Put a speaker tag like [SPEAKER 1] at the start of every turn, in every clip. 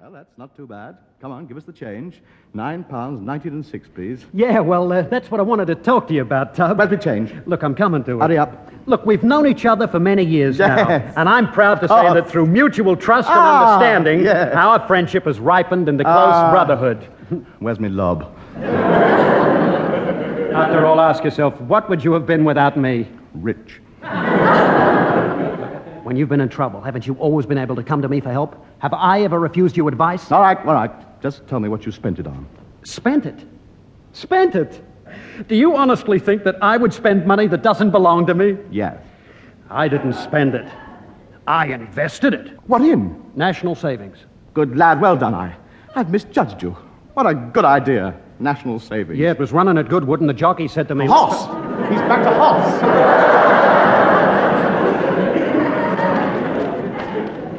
[SPEAKER 1] Well, that's not too bad. Come on, give us the change. Nine pounds, nineteen and six, please.
[SPEAKER 2] Yeah, well, uh, that's what I wanted to talk to you about, Tub.
[SPEAKER 1] Let me change.
[SPEAKER 2] Look, I'm coming to it.
[SPEAKER 1] Hurry up.
[SPEAKER 2] Look, we've known each other for many years
[SPEAKER 1] Yes.
[SPEAKER 2] now, and I'm proud to say
[SPEAKER 1] Oh.
[SPEAKER 2] that through mutual trust and
[SPEAKER 1] Ah,
[SPEAKER 2] understanding,
[SPEAKER 1] yes.
[SPEAKER 2] our friendship has ripened into close
[SPEAKER 1] Ah.
[SPEAKER 2] brotherhood.
[SPEAKER 1] Where's me lob?
[SPEAKER 2] After all, ask yourself, what would you have been without me?
[SPEAKER 1] Rich.
[SPEAKER 2] When you've been in trouble, haven't you always been able to come to me for help? Have I ever refused you advice?
[SPEAKER 1] All right, all right. Just tell me what you spent it on.
[SPEAKER 2] Spent it. Spent it. Do you honestly think that I would spend money that doesn't belong to me?
[SPEAKER 1] Yes.
[SPEAKER 2] I didn't spend it. I invested it.
[SPEAKER 1] What in?
[SPEAKER 2] National savings.
[SPEAKER 1] Good lad, well done, I. I've misjudged you. What a good idea. National savings.
[SPEAKER 2] Yeah, it was running at Goodwood, and the jockey said to me,
[SPEAKER 1] Horse! He's back to horse.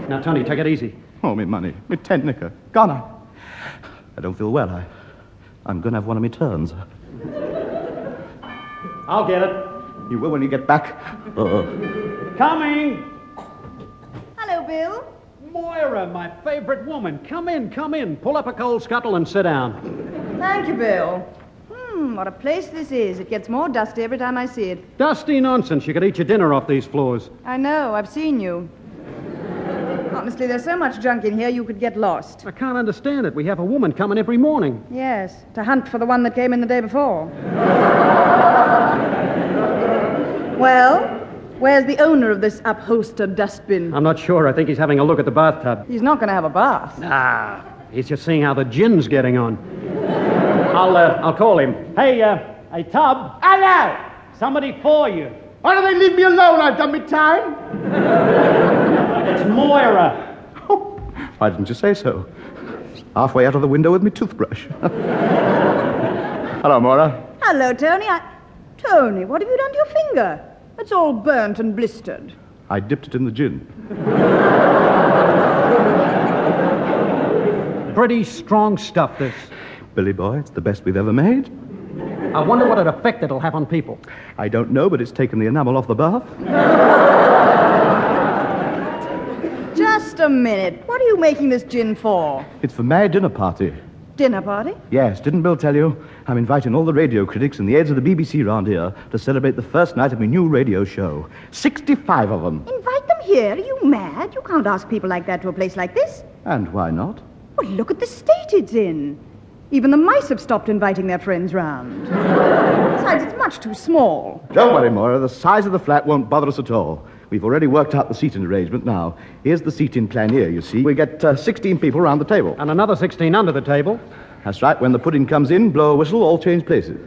[SPEAKER 2] Now, Tony, take it easy.
[SPEAKER 1] Oh, me money. Me ten nicker. Gone, I. I don't feel well, I. I'm going to have one of me turns.
[SPEAKER 2] I'll get it.
[SPEAKER 1] You will when you get back. Uh,
[SPEAKER 2] Coming!
[SPEAKER 3] Hello, Bill.
[SPEAKER 2] Moira, my favorite woman. Come in, come in. Pull up a coal scuttle and sit down.
[SPEAKER 3] Thank you, Bill. Hmm, what a place this is. It gets more dusty every time I see it.
[SPEAKER 2] Dusty nonsense. You could eat your dinner off these floors.
[SPEAKER 3] I know, I've seen you. Honestly, there's so much junk in here you could get lost.
[SPEAKER 2] I can't understand it. We have a woman coming every morning.
[SPEAKER 3] Yes, to hunt for the one that came in the day before. well, where's the owner of this upholstered dustbin?
[SPEAKER 2] I'm not sure. I think he's having a look at the bathtub.
[SPEAKER 3] He's not going to have a bath.
[SPEAKER 2] Ah, he's just seeing how the gin's getting on. I'll, uh, I'll call him. Hey, uh, hey, Tub. Hello! Somebody for you.
[SPEAKER 1] Why do they leave me alone? I've done me time.
[SPEAKER 2] It's Moira.
[SPEAKER 1] Why didn't you say so? Halfway out of the window with me toothbrush. Hello, Mora.
[SPEAKER 3] Hello, Tony. I... Tony, what have you done to your finger? It's all burnt and blistered.
[SPEAKER 1] I dipped it in the gin.
[SPEAKER 2] Pretty strong stuff, this.
[SPEAKER 1] Billy boy, it's the best we've ever made.
[SPEAKER 2] I wonder what an effect it'll have on people.
[SPEAKER 1] I don't know, but it's taken the enamel off the bath.
[SPEAKER 3] Just a minute. What are you making this gin for?
[SPEAKER 1] It's for my dinner party.
[SPEAKER 3] Dinner party?
[SPEAKER 1] Yes, didn't Bill tell you? I'm inviting all the radio critics and the heads of the BBC round here to celebrate the first night of my new radio show. Sixty-five of them.
[SPEAKER 3] Invite them here? Are you mad? You can't ask people like that to a place like this.
[SPEAKER 1] And why not?
[SPEAKER 3] Well, look at the state it's in. Even the mice have stopped inviting their friends round. Besides, it's much too small.
[SPEAKER 1] Don't worry, Moira. The size of the flat won't bother us at all. We've already worked out the seating arrangement now. Here's the seating plan here, you see. We get uh, 16 people round the table.
[SPEAKER 2] And another 16 under the table.
[SPEAKER 1] That's right. When the pudding comes in, blow a whistle, all change places.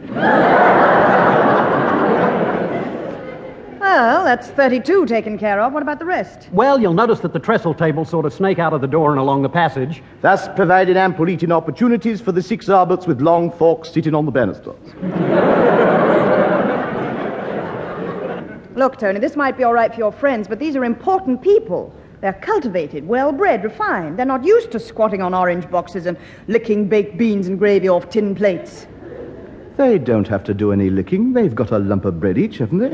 [SPEAKER 3] Well, that's 32 taken care of. What about the rest?
[SPEAKER 2] Well, you'll notice that the trestle tables sort of snake out of the door and along the passage.
[SPEAKER 1] Thus provided ample eating opportunities for the six arbits with long forks sitting on the banisters.
[SPEAKER 3] Look, Tony, this might be all right for your friends, but these are important people. They're cultivated, well bred, refined. They're not used to squatting on orange boxes and licking baked beans and gravy off tin plates.
[SPEAKER 1] They don't have to do any licking. They've got a lump of bread each, haven't they?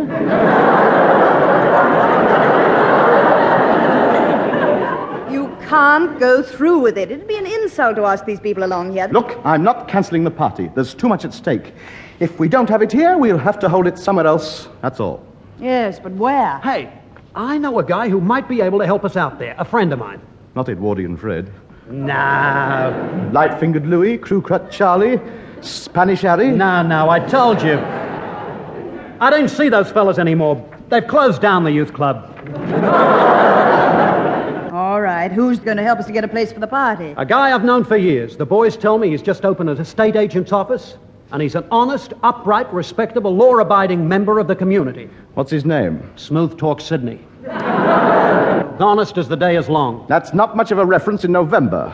[SPEAKER 3] You can't go through with it. It'd be an insult to ask these people along here.
[SPEAKER 1] Look, I'm not cancelling the party. There's too much at stake. If we don't have it here, we'll have to hold it somewhere else. That's all.
[SPEAKER 3] Yes, but where?
[SPEAKER 2] Hey, I know a guy who might be able to help us out there, a friend of mine.
[SPEAKER 1] Not Edwardian Fred.
[SPEAKER 2] No,
[SPEAKER 1] Light fingered Louis, crew cut Charlie, Spanish Harry.
[SPEAKER 2] no, no, I told you. I don't see those fellas anymore. They've closed down the youth club.
[SPEAKER 3] All right, who's going to help us to get a place for the party?
[SPEAKER 2] A guy I've known for years. The boys tell me he's just opened an estate agent's office, and he's an honest, upright, respectable, law abiding member of the community.
[SPEAKER 1] What's his name?
[SPEAKER 2] Smooth talk Sydney. honest as the day is long.
[SPEAKER 1] That's not much of a reference in November.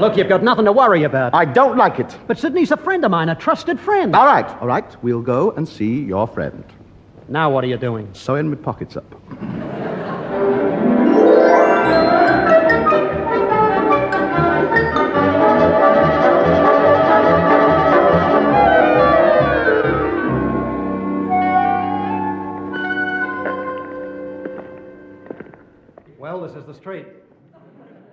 [SPEAKER 2] Look, you've got nothing to worry about.
[SPEAKER 1] I don't like it.
[SPEAKER 2] But Sydney's a friend of mine, a trusted friend.
[SPEAKER 1] All right, all right. We'll go and see your friend.
[SPEAKER 2] Now what are you doing?
[SPEAKER 1] Sewing my pockets up.